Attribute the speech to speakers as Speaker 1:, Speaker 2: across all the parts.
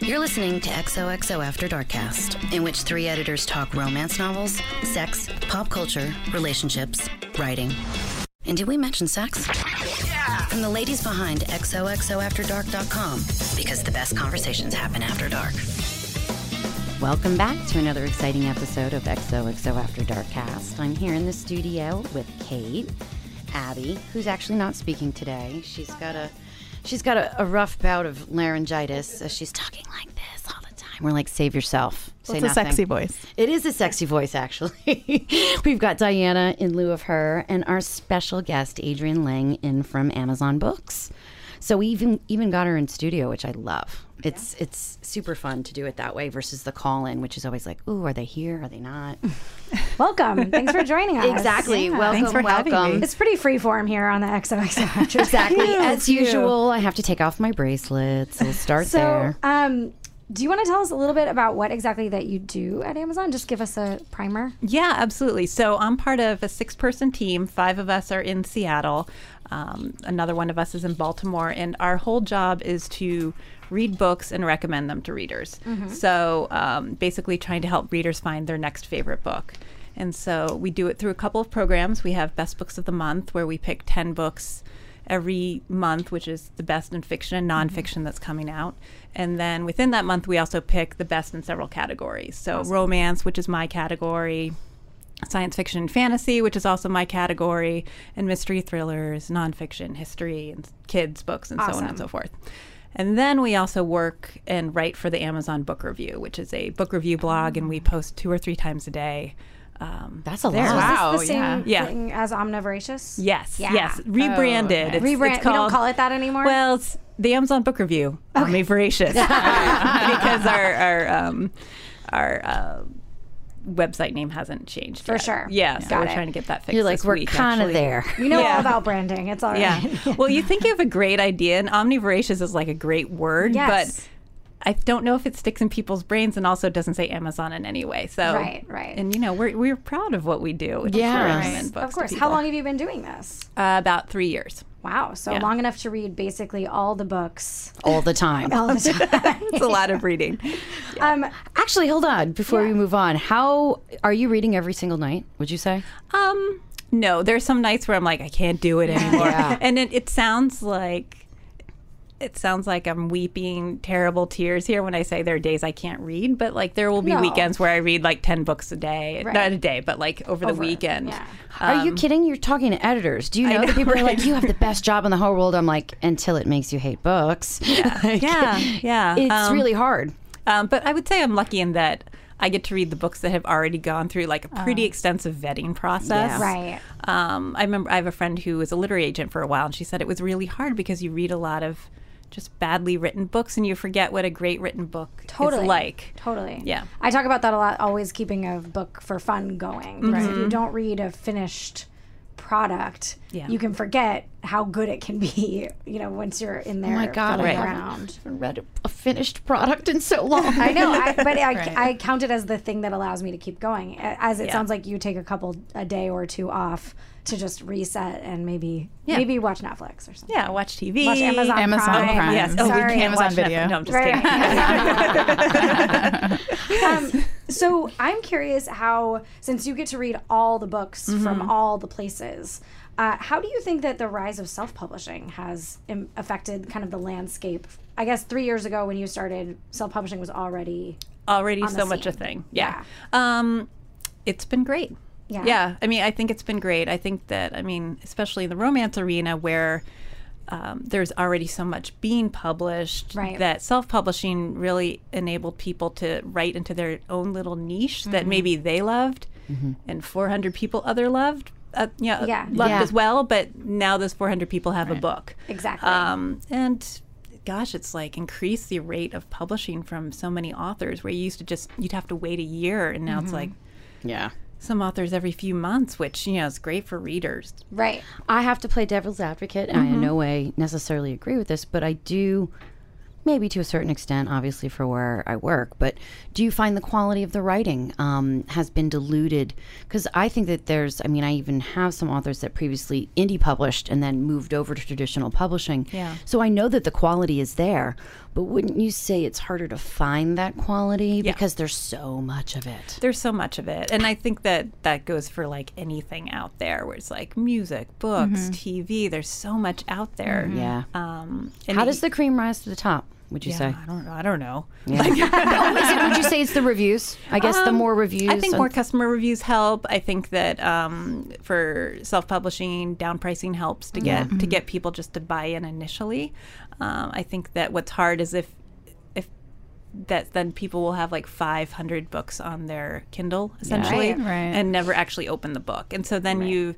Speaker 1: You're listening to XOXO After Darkcast, in which three editors talk romance novels, sex, pop culture, relationships, writing. And did we mention sex? From the ladies behind XOXOAfterDark.com, because the best conversations happen after dark.
Speaker 2: Welcome back to another exciting episode of XOXO After Darkcast. I'm here in the studio with Kate, Abby, who's actually not speaking today. She's got a she's got a, a rough bout of laryngitis, so she's talking like this all the time. We're like, save yourself. Say
Speaker 3: It's a
Speaker 2: nothing.
Speaker 3: sexy voice.
Speaker 2: It is a sexy voice, actually. We've got Diana in lieu of her, and our special guest Adrian Lang in from Amazon Books. So we even even got her in studio, which I love. It's it's super fun to do it that way versus the call in, which is always like, "Ooh, are they here? Are they not?"
Speaker 4: Welcome. Thanks for joining us.
Speaker 2: exactly. Welcome,
Speaker 3: Thanks for having
Speaker 2: welcome.
Speaker 3: me.
Speaker 4: It's pretty freeform here on the XOXO.
Speaker 2: Exactly
Speaker 3: Yeah,
Speaker 2: as
Speaker 3: cute.
Speaker 2: usual. I have to take off my bracelets. We'll start
Speaker 4: so,
Speaker 2: there.
Speaker 4: um, do you want to tell us a little bit about what exactly that you do at Amazon? Just give us a primer.
Speaker 3: Yeah, absolutely. So I'm part of a six person team. Five of us are in Seattle. Um, another one of us is in Baltimore. And our whole job is to read books and recommend them to readers. So um, basically, trying to help readers find their next favorite book. And so we do it through a couple of programs. We have Best Books of the Month, where we pick 10 books every month, which is the best in fiction and
Speaker 4: Mm-hmm.
Speaker 3: nonfiction that's coming out. And then within that month, we also pick the best in several categories. So, romance, which is my category, science fiction and fantasy, which is also my category, and mystery thrillers, nonfiction, history, and kids' books, and so on and so forth. And then we also work and write for the Amazon Book Review, which is a book review blog, and
Speaker 4: Ah.
Speaker 3: we post two or three times a day. Um,
Speaker 2: That's a
Speaker 3: there.
Speaker 2: lot.
Speaker 3: Wow.
Speaker 4: Is this the same
Speaker 3: Yeah.
Speaker 4: thing as Omnivoracious?
Speaker 3: Yes.
Speaker 4: Yeah. Oh,
Speaker 3: Yes. Rebranded. It's- it's,
Speaker 4: Rebrand- we don't
Speaker 3: called-
Speaker 4: call it that anymore?
Speaker 3: Well, it's the Amazon Book Review. Omni Voracious. because our our um, our uh, website name hasn't changed
Speaker 4: For
Speaker 3: yet.
Speaker 4: sure.
Speaker 3: Yeah. So
Speaker 4: Got
Speaker 3: we're
Speaker 4: it.
Speaker 3: trying to get that fixed.
Speaker 2: You're like,
Speaker 3: this
Speaker 2: we're
Speaker 3: week,
Speaker 2: kind of
Speaker 3: actually.
Speaker 2: there.
Speaker 4: You know
Speaker 3: Yeah.
Speaker 4: all about branding. It's all right.
Speaker 3: Yeah. well, you think you have a great idea, and omnivoracious is like a great word,
Speaker 4: Yes.
Speaker 3: but I don't know if it sticks in people's brains, and also it doesn't say Amazon in any way. So
Speaker 4: Right, right.
Speaker 3: And you know, we're we're proud of what we do. with
Speaker 2: Yeah.
Speaker 3: Sure.
Speaker 2: Right.
Speaker 3: Recommend books
Speaker 4: Of
Speaker 3: to
Speaker 4: course. How
Speaker 3: people.
Speaker 4: long have you been doing this?
Speaker 3: Uh, about three years.
Speaker 4: Wow. So
Speaker 3: Yeah.
Speaker 4: long enough to read basically all the books
Speaker 2: all the time.
Speaker 4: all the time.
Speaker 3: It's a lot of reading.
Speaker 4: um,
Speaker 2: Actually, hold on before we move on. How are you reading every single night? Would you say?
Speaker 3: Um, no, there's some nights where I'm like, I can't do it anymore, and it, it sounds like it sounds like I'm weeping terrible tears here when I say there are days I can't read, but like there will be
Speaker 4: No.
Speaker 3: weekends where I read like ten books a day, not a day, but like over, the weekend.
Speaker 4: yeah.
Speaker 2: Are you kidding? You're talking to editors. Do you know, the
Speaker 3: Um, know,
Speaker 2: people are
Speaker 3: right?
Speaker 2: like, you have the best job in the whole world? I'm like, until it makes you hate books. Yeah,
Speaker 3: Yeah, yeah.
Speaker 2: It's
Speaker 3: Um,
Speaker 2: really hard.
Speaker 3: Um, but I would say I'm lucky in that I get to read the books that have already gone through like a pretty extensive vetting process.
Speaker 4: right.
Speaker 3: Um, I remember I have a friend who was a literary agent for a while, and she said it was really hard because you read a lot of just badly written books, and you forget what a great written book
Speaker 4: totally
Speaker 3: is like.
Speaker 4: totally
Speaker 3: Yeah.
Speaker 4: i talk about that a lot always keeping a book for fun going because if you don't read a finished product
Speaker 3: Yeah.
Speaker 4: you can forget how good it can be you know once you're in there
Speaker 2: my God,
Speaker 4: fiddling
Speaker 2: I haven't-
Speaker 4: around
Speaker 2: I read a, a finished product in so long.
Speaker 4: i know I, but I, I count it as the thing that allows me to keep going A- as it sounds like you take a couple a day or two off to just reset and maybe maybe watch netflix or something
Speaker 3: Yeah, watch TV.
Speaker 4: watch amazon,
Speaker 5: Amazon
Speaker 4: prime,
Speaker 5: Prime.
Speaker 3: Yes. Oh,
Speaker 4: Sorry.
Speaker 3: we can't
Speaker 5: Amazon
Speaker 3: watch
Speaker 5: Video.
Speaker 3: Netflix. No, I'm just
Speaker 4: Right.
Speaker 3: kidding.
Speaker 4: um, so I'm curious how, since you get to read all the books from all the places, uh, how do you think that the rise of self-publishing has Im- affected kind of the landscape? I guess three years ago when you started, self-publishing was already
Speaker 3: already so
Speaker 4: the
Speaker 3: much a
Speaker 4: scene.
Speaker 3: thing. Yeah. Um, it's been great.
Speaker 4: Yeah.
Speaker 3: I mean, I think it's been great. I think that, I mean, especially in the romance arena where um, there's already so much being published
Speaker 4: Right.
Speaker 3: that self publishing really enabled people to write into their own little niche that
Speaker 4: Mm-hmm.
Speaker 3: maybe they loved and 400 people other loved. Uh, yeah,
Speaker 4: Yeah.
Speaker 3: loved
Speaker 2: Yeah.
Speaker 3: as well, but now those 400 people have a book.
Speaker 4: exactly
Speaker 3: Um, and gosh, it's like increased the rate of publishing from so many authors where you used to just you'd have to wait a year, and now
Speaker 2: Mm-hmm.
Speaker 3: it's like
Speaker 2: yeah.
Speaker 3: some authors every few months, which you know is great for readers.
Speaker 4: right.
Speaker 3: Mm-hmm.
Speaker 2: I have to play devil's advocate, and I in no way necessarily agree with this, but I do. maybe to a certain extent, obviously for where I work, but do you find the quality of the writing um, has been diluted? Because I think that there's, I mean, I even have some authors that previously indie published and then moved over to traditional publishing.
Speaker 3: Yeah.
Speaker 2: So I know that the quality is there, but wouldn't you say it's harder to find that quality because there's so much of it?
Speaker 3: There's so much of it. And I think that that goes for like anything out there where it's like music, books,
Speaker 2: Mm-hmm.
Speaker 3: TV. There's so much out there.
Speaker 2: Yeah.
Speaker 3: Um, and
Speaker 2: Mm-hmm. How does the cream rise to the top? Would you
Speaker 3: yeah,
Speaker 2: say?
Speaker 3: I don't know. I don't know.
Speaker 2: Is it- would you say it's the reviews? I guess the more reviews.
Speaker 3: I think
Speaker 2: on-
Speaker 3: more customer reviews help. I think that um, for self-publishing, down pricing helps to get to get people just to buy in initially. Um, I think that what's hard is if if that then people will have like 500 books on their Kindle essentially
Speaker 4: Right.
Speaker 5: Right.
Speaker 3: and never actually open the book, and so then you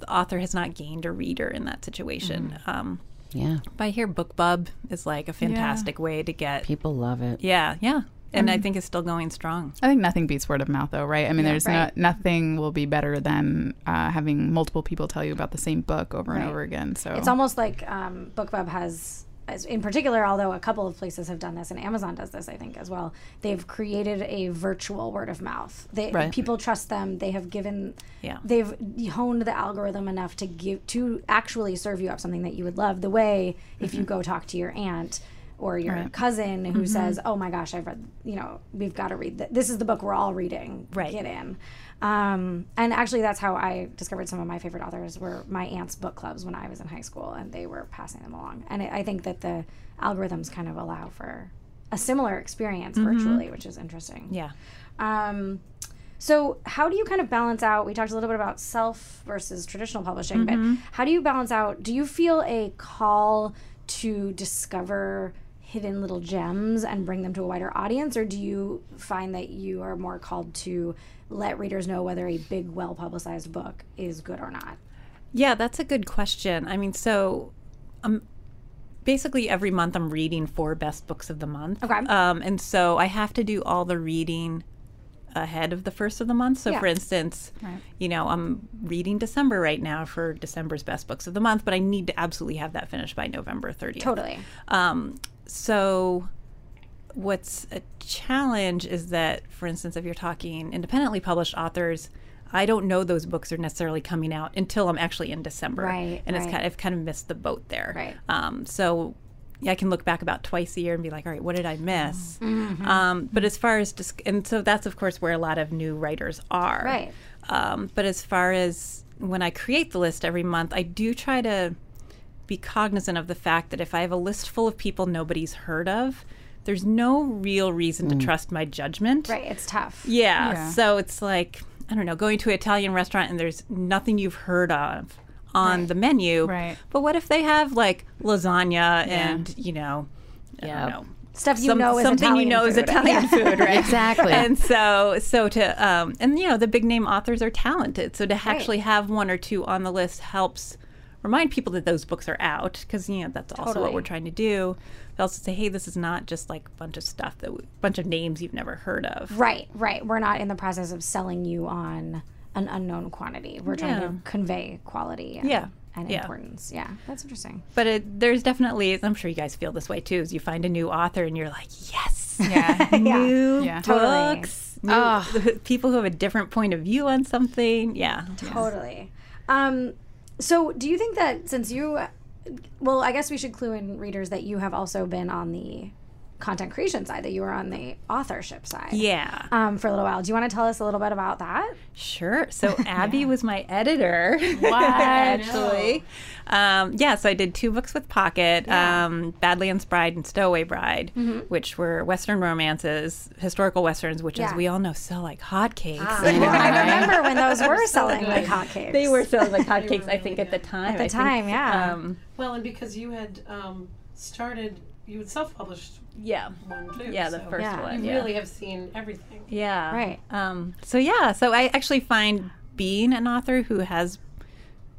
Speaker 3: the author has not gained a reader in that situation. Um,
Speaker 2: Yeah,
Speaker 3: but I hear BookBub is like a fantastic way to get
Speaker 2: people love it.
Speaker 3: yeah yeah, and I think it's still going strong.
Speaker 5: I think nothing beats word of mouth, though, right? I mean, there's
Speaker 4: right.
Speaker 5: no, nothing will be better than uh, having multiple people tell you about the same book over and over again. So
Speaker 3: Oh.
Speaker 4: It's almost like um, BookBub has, as- in particular, although a couple of places have done this, and Amazon does this, I think, as well. They've created a virtual word of mouth. They
Speaker 2: Right.
Speaker 4: people trust them. They have given,
Speaker 3: Yeah.
Speaker 4: they've honed the algorithm enough to give to actually serve you up something that you would love. The way if you go talk to your aunt. Or your cousin who says, "Oh my gosh, I've read. You know, we've got to read. Th- this is the book we're all reading.
Speaker 3: Right.
Speaker 4: Get in." Um, and actually, that's how I discovered some of my favorite authors were my aunt's book clubs when I was in high school, and they were passing them along. And I I think that the algorithms kind of allow for a similar experience virtually, which is interesting.
Speaker 3: Yeah.
Speaker 4: Um, so, how do you kind of balance out? We talked a little bit about self versus traditional publishing,
Speaker 3: Mm-hmm.
Speaker 4: but how do you balance out? Do you feel a call to discover hidden little gems and bring them to a wider audience, or do you find that you are more called to let readers know whether a big, well publicized book is good or not?
Speaker 3: Yeah, that's a good question. I mean, so um, basically every month I'm reading four best books of the month.
Speaker 4: Okay.
Speaker 3: Um, and so I have to do all the reading ahead of the first of the month. So,
Speaker 4: Yeah.
Speaker 3: for instance, you know, I'm reading December right now for December's best books of the month, but I need to absolutely have that finished by November 30th.
Speaker 4: Totally.
Speaker 3: Um, So, what's a challenge is that, for instance, if you're talking independently published authors, I don't know those books are necessarily coming out until I'm actually in December,
Speaker 4: Right,
Speaker 3: and it's
Speaker 4: right.
Speaker 3: kind I've kind of missed the boat there.
Speaker 4: Right.
Speaker 3: Um, so yeah, I can look back about twice a year and be like, all right, what did I miss?
Speaker 4: Mm-hmm.
Speaker 3: Um, but as far as disc- and so that's of course where a lot of new writers are.
Speaker 4: Right.
Speaker 3: Um, but as far as when I create the list every month, I do try to be cognizant of the fact that if I have a list full of people nobody's heard of, there's no real reason to trust my judgment.
Speaker 4: Right. It's tough.
Speaker 3: Yeah.
Speaker 5: Mm. Yeah.
Speaker 3: So it's like, I don't know, going to an Italian restaurant and there's nothing you've heard of on the menu.
Speaker 5: Right.
Speaker 3: But what if they have like lasagna and, you know, I
Speaker 2: Yeah.
Speaker 3: don't know.
Speaker 4: Stuff you
Speaker 3: some-
Speaker 4: know is
Speaker 3: something
Speaker 4: Italian
Speaker 3: you know is
Speaker 4: food.
Speaker 3: Italian food, right?
Speaker 2: Exactly.
Speaker 3: And so, so to, um, and you know, the big name authors are talented. So to actually have one or two on the list helps remind people that those books are out because you know that's also what
Speaker 4: Totally.
Speaker 3: we're trying to do. But also say, hey, this is not just like a bunch of stuff that, w- bunch of names you've never heard of.
Speaker 4: Right, right. We're not in the process of selling you on an unknown quantity. We're trying
Speaker 3: Yeah.
Speaker 4: to convey quality and,
Speaker 3: Yeah,
Speaker 4: and
Speaker 3: yeah.
Speaker 4: importance. Yeah, that's interesting.
Speaker 3: But it, there's definitely, I'm sure you guys feel this way too, is you find a new author and you're like, yes,
Speaker 5: yeah,
Speaker 3: new
Speaker 5: Yeah.
Speaker 4: Totally.
Speaker 3: books, new- people who have a different point of view on something. Yeah.
Speaker 4: Totally. Um, so, do you think that since you, well, I guess we should clue in readers that you have also been on the content creation side, that you were on the authorship side
Speaker 3: Yeah,
Speaker 4: um, for a little while. Do you want to tell us a little bit about that?
Speaker 3: sure. So Abby was my editor, actually. Um, yeah, so I did two books with Pocket, um, Badlands Bride and Stowaway Bride,
Speaker 4: Mm-hmm.
Speaker 3: which were Western romances, historical Westerns, which, as
Speaker 4: Yeah. Ah.
Speaker 3: we all know, sell like hotcakes.
Speaker 4: Well, I remember when those were selling like hotcakes.
Speaker 3: They were selling like hotcakes, I think, at the time.
Speaker 4: at the time, yeah.
Speaker 3: Um,
Speaker 6: Well, and because you had um, started, you had self-published
Speaker 3: yeah.
Speaker 6: one too.
Speaker 3: Yeah, the
Speaker 6: so
Speaker 3: first
Speaker 4: Yeah.
Speaker 3: one.
Speaker 6: You
Speaker 3: yeah.
Speaker 6: really have seen everything.
Speaker 3: Yeah.
Speaker 4: Right.
Speaker 3: Um, so yeah, so I actually find being an author who has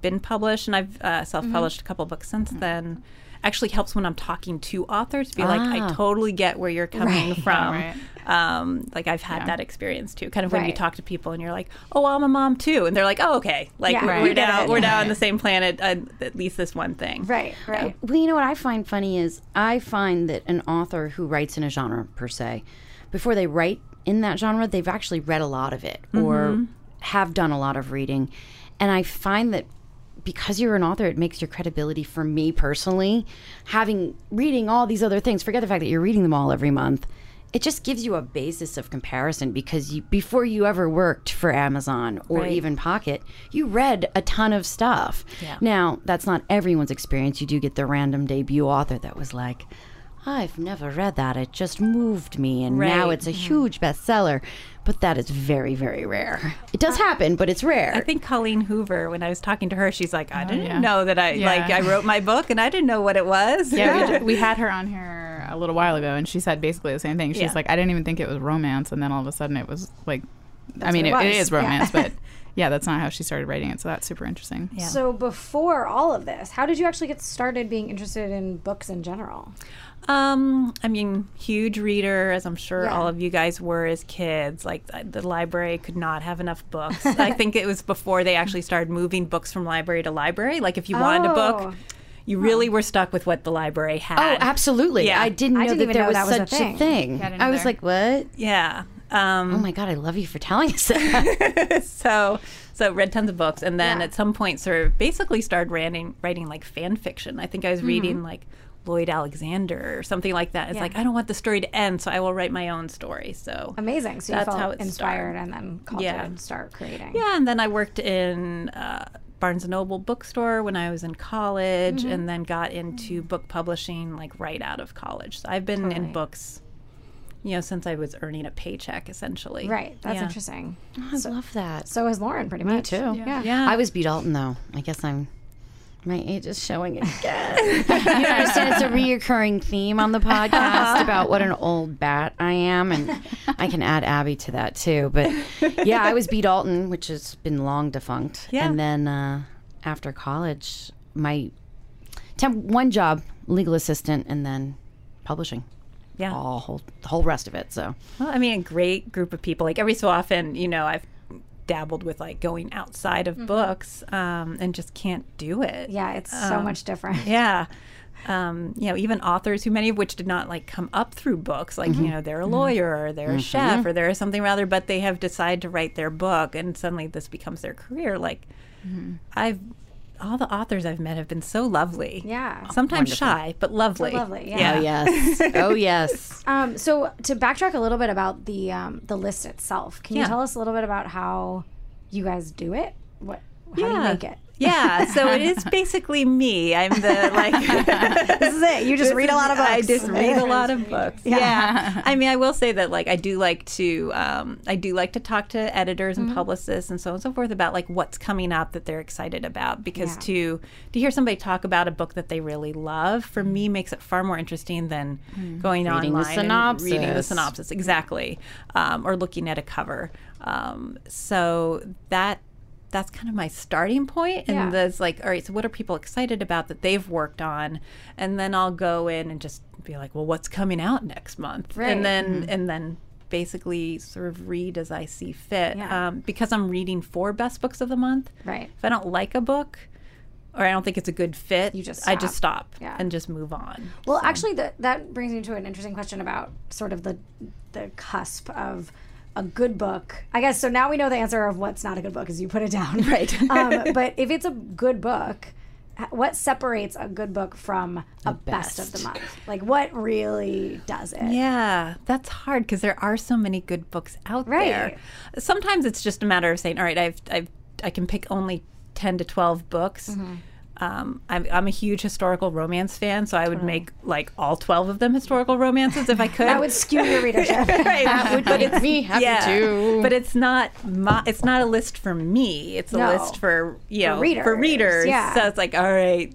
Speaker 3: been published, and I've uh, self-published a couple books since then. actually helps when I'm talking to authors. Be like,
Speaker 2: Ah.
Speaker 3: I totally get where you're coming
Speaker 4: Right.
Speaker 3: from.
Speaker 5: Right.
Speaker 3: Um, like I've had that experience too. Kind of when you
Speaker 4: Right.
Speaker 3: talk to people and you're like, oh, well, I'm a mom too, and they're like, oh, okay, like
Speaker 4: Yeah.
Speaker 3: we're,
Speaker 4: Right.
Speaker 3: we're
Speaker 4: We get
Speaker 3: now
Speaker 4: it.
Speaker 3: we're now on the same planet. Uh, at least this one thing.
Speaker 4: Right, right.
Speaker 2: Well, you know what I find funny is I find that an author who writes in a genre per se, before they write in that genre, they've actually read a lot of it or have done a lot of reading. And I find that because you're an author, it makes your credibility for me personally, having reading all these other things, forget the fact that you're reading them all every month. It just gives you a basis of comparison because you, before you ever worked for Amazon or even Pocket, you read a ton of stuff. Now, that's not everyone's experience. You do get the random debut author that was like, I've never read that. It just moved me, and now
Speaker 3: Right.
Speaker 2: it's a
Speaker 4: Mm-hmm.
Speaker 2: huge bestseller. But that is very, very rare. It does happen, but it's rare.
Speaker 3: I think Colleen Hoover, when I was talking to her, she's like, I didn't know that I like
Speaker 5: Oh, Yeah.
Speaker 3: I wrote my book and I didn't know what it was.
Speaker 5: Yeah, we, ju- we had her on here a little while ago, and she said basically the same thing. She's
Speaker 3: Yeah.
Speaker 5: like, I didn't even think it was romance, and then all of a sudden it was like, I mean, it,
Speaker 4: what it
Speaker 5: it
Speaker 4: was.
Speaker 5: is romance, but yeah, that's not how she started writing it. So that's super interesting. Yeah.
Speaker 4: So before all of this, how did you actually get started being interested in books in general?
Speaker 3: Um, I mean, huge reader, as I'm sure
Speaker 4: Yeah.
Speaker 3: all of you guys were as kids. Like I- the library could not have enough books. I think it was before they actually started moving books from library to library. Like if you wanted a
Speaker 4: Oh.
Speaker 3: book, you really were stuck with what the library had.
Speaker 2: Oh, absolutely.
Speaker 3: Yeah.
Speaker 2: I didn't know
Speaker 4: I didn't
Speaker 2: that
Speaker 4: even
Speaker 2: there
Speaker 4: know
Speaker 2: was
Speaker 4: that was a
Speaker 2: such
Speaker 4: thing.
Speaker 2: a thing.
Speaker 5: Yeah, I didn't
Speaker 2: I was
Speaker 5: either.
Speaker 2: like, what?
Speaker 3: Yeah. Um,
Speaker 4: Mm.
Speaker 2: Oh my God, I love you for telling us that.
Speaker 3: so so read tons of books and then
Speaker 4: Yeah.
Speaker 3: at some point sort of basically started writing writing like fan fiction i think i was
Speaker 4: Mm-hmm.
Speaker 3: reading like lloyd alexander or something like that it's like i don't want the story to end so i will write my own story so
Speaker 4: Amazing. So you
Speaker 3: That's
Speaker 4: felt
Speaker 3: how it
Speaker 4: inspired and then called
Speaker 3: Yeah.
Speaker 4: to start creating.
Speaker 3: yeah and then i worked in uh, barnes and noble bookstore when i was in college
Speaker 4: Mm-hmm.
Speaker 3: and then got into book publishing like right out of college so i've been in books you know since i was earning a paycheck essentially
Speaker 4: Right. That's
Speaker 3: Yeah.
Speaker 4: interesting.
Speaker 2: I love that.
Speaker 4: So is Lauren, pretty much. Me
Speaker 2: too.
Speaker 4: Yeah.
Speaker 3: yeah
Speaker 2: I was B. Dalton, though. I guess I'm. My age is showing it again. you understand it's a reoccurring theme on the podcast about what an old bat I am, and I can add Abby to that too. But yeah, I was B. Dalton, which has been long defunct.
Speaker 3: Yeah.
Speaker 2: And then uh, after college, my temp- one job, legal assistant, and then publishing.
Speaker 3: Yeah.
Speaker 2: all whole the whole rest of it. So
Speaker 3: Well, I mean, a great group of people. Like every so often, you know, I've dabbled with like going outside of books um, and just can't do it.
Speaker 4: Mm-hmm. Yeah, it's so much different.
Speaker 3: Um, Yeah. Um, you know, even authors who many of which did not like come up through books, like,
Speaker 4: Mm-hmm.
Speaker 3: you know, they're a lawyer or they're a chef or they're something rather, but they have decided to write their book and suddenly this becomes their career. Like,
Speaker 4: Mm-hmm.
Speaker 3: I've, all the authors I've met have been so lovely.
Speaker 4: Yeah.
Speaker 3: Sometimes shy, but lovely.
Speaker 4: Lovely. Yeah.
Speaker 2: oh yes, oh yes.
Speaker 4: Um, so to backtrack a little bit about the um, the list itself, can you
Speaker 3: Yeah.
Speaker 4: tell us a little bit about how you guys do it? What how do you
Speaker 3: Yeah.
Speaker 4: make it?
Speaker 3: Yeah, so it is basically me. I'm the like
Speaker 4: This is it. You just read a lot of books.
Speaker 3: I just read a lot of books. Yeah. I mean, I will say that like I do like to um, I do like to talk to editors and publicists and so on and so forth about like what's coming up that they're excited about because to to hear somebody talk about a book that they really love for me makes it far more interesting than
Speaker 2: Reading
Speaker 3: going
Speaker 2: the
Speaker 3: online and reading the
Speaker 2: synopsis.
Speaker 3: Mm-hmm. synopsis exactly um, or looking at a cover. Um, so that that's kind of my starting point and
Speaker 4: Yeah.
Speaker 3: that's like all right so what are people excited about that they've worked on and then i'll go in and just be like well what's coming out next month
Speaker 4: Right.
Speaker 3: and then and then basically sort of read as i see fit
Speaker 4: Yeah.
Speaker 3: um, because i'm reading four best books of the month
Speaker 4: Right.
Speaker 3: if i don't like a book or i don't think it's a good fit you
Speaker 4: just
Speaker 3: i just stop
Speaker 4: Yeah.
Speaker 3: and just move on
Speaker 4: Well, actually, that that brings me to an interesting question about sort of the the cusp of a good book. I guess so. Now we know the answer of what's not a good book is you put it down, right? um, but if it's a good book, h- what separates a good book from a best. of the month? Like, what really does it?
Speaker 3: Yeah, that's hard because there are so many good books out
Speaker 4: Right.
Speaker 3: there. Sometimes it's just a matter of saying, all right, I've, I've, I can pick only 10 to 12 books.
Speaker 4: Mm-hmm.
Speaker 3: Um, I'm, I'm a huge historical romance fan, so I would make like all 12 of them historical romances if I could.
Speaker 4: That would skew your readership.
Speaker 3: Right.
Speaker 2: but it's me happy
Speaker 3: yeah,
Speaker 2: too.
Speaker 3: but it's not my, it's not a list for me. It's a
Speaker 4: No.
Speaker 3: list for you know
Speaker 4: readers,
Speaker 3: readers.
Speaker 4: yeah.
Speaker 3: So it's like all right,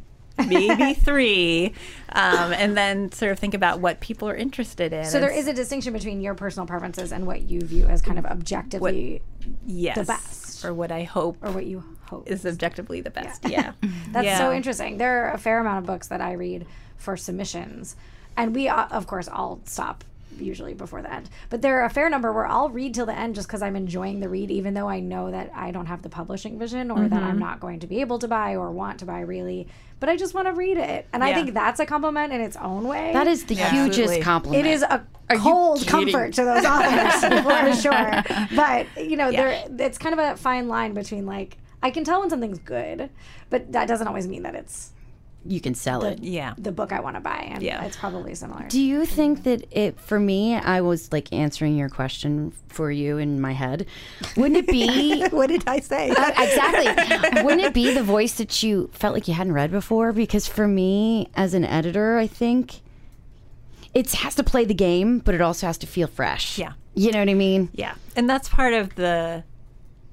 Speaker 3: maybe three, um, and then sort of think about what people are interested in.
Speaker 4: So there is a distinction between your personal preferences and what you view as kind of objectively
Speaker 3: yes.
Speaker 4: the best. best
Speaker 3: or what I hope
Speaker 4: or what you hope.
Speaker 3: is objectively the best. Yeah.
Speaker 4: That's so
Speaker 3: Yeah.
Speaker 4: interesting. There are a fair amount of books that I read for submissions, and we, uh, of course, all stop usually before the end. But there are a fair number where I'll read till the end just because I'm enjoying the read, even though I know that I don't have the publishing vision or that
Speaker 2: Mm-hmm.
Speaker 4: I'm not going to be able to buy or want to buy really. But I just want to read it, and I
Speaker 3: Yeah.
Speaker 4: think that's a compliment in its own way.
Speaker 2: That is the hugest
Speaker 3: Absolutely.
Speaker 2: compliment.
Speaker 4: It is a cold
Speaker 2: kidding?
Speaker 4: comfort to those authors for sure. But you know, there it's kind of a fine line between like I can tell when something's good, but that doesn't always mean that it's
Speaker 2: You can sell it.
Speaker 3: yeah.
Speaker 4: the book I want to buy, and
Speaker 3: Yeah.
Speaker 4: it's probably similar.
Speaker 2: Do you think that it, for me, I was like answering your question for you in my head? Wouldn't it be Uh,
Speaker 3: What did I say?
Speaker 2: exactly. Wouldn't it be the voice that you felt like you hadn't read before? Because for me, as an editor, I think it has to play the game, but it also has to feel fresh.
Speaker 3: Yeah.
Speaker 2: You know what I mean?
Speaker 3: Yeah, and that's part of the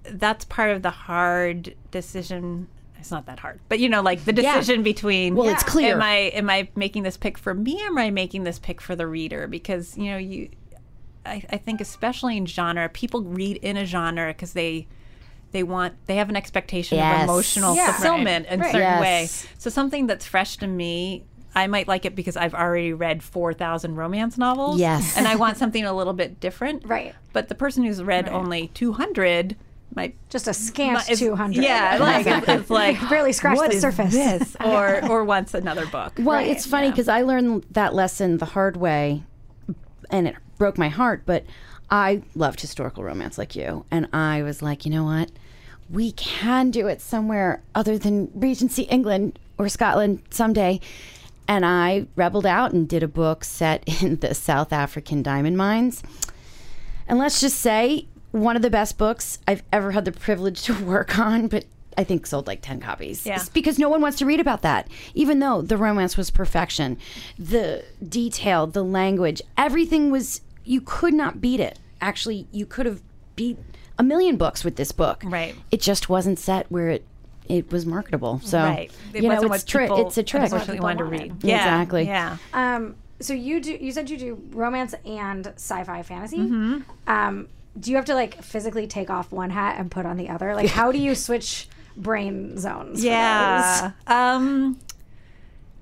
Speaker 3: that's part of the hard decision. It's not that hard, but you know, like the decision between.
Speaker 2: Well, it's clear.
Speaker 3: Am I am I making this pick for me? Or am I making this pick for the reader? Because you know, you, I, I think especially in genre, people read in a genre because they they want they have an expectation
Speaker 2: Yes.
Speaker 3: of emotional
Speaker 4: Yeah.
Speaker 3: fulfillment in a certain
Speaker 2: Yes.
Speaker 3: way. So something that's fresh to me. I might like it because I've already read 4,000 romance novels.
Speaker 2: Yes.
Speaker 3: And I want something a little bit different.
Speaker 4: Right.
Speaker 3: But the person who's read only 200 might.
Speaker 4: Just a scant
Speaker 3: is-
Speaker 4: two hundred.
Speaker 3: Yeah, like it's, it's like
Speaker 4: barely scratched
Speaker 3: "What
Speaker 4: the
Speaker 3: is
Speaker 4: surface."
Speaker 3: This or or wants another book.
Speaker 2: Well, it's funny because I learned that lesson the hard way, and it broke my heart. But I loved historical romance like you, and I was like, you know what? We can do it somewhere other than Regency England or Scotland someday. And I rebelled out and did a book set in the South African diamond mines. And let's just say, one of the best books I've ever had the privilege to work on, but I think sold like 10 copies.
Speaker 3: Yeah.
Speaker 2: It's because no one wants to read about that, even though the romance was perfection. The detail, the language, everything was, you could not beat it. Actually, you could have beat a million books with this book.
Speaker 3: Right.
Speaker 2: It just wasn't set where it. It was marketable, so
Speaker 3: right. It
Speaker 2: you know
Speaker 3: wasn't
Speaker 2: it's
Speaker 3: what
Speaker 2: tri-
Speaker 3: people
Speaker 2: It's a trick.
Speaker 3: Unfortunately, wanted to read.
Speaker 4: wanted.
Speaker 3: Yeah,
Speaker 2: Exactly.
Speaker 3: Yeah.
Speaker 4: Um, so you do. You said you do romance and sci-fi fantasy.
Speaker 3: Mm-hmm.
Speaker 4: Um, do you have to like physically take off one hat and put on the other? Like, how do you switch brain zones? for those?
Speaker 3: Yeah. Um,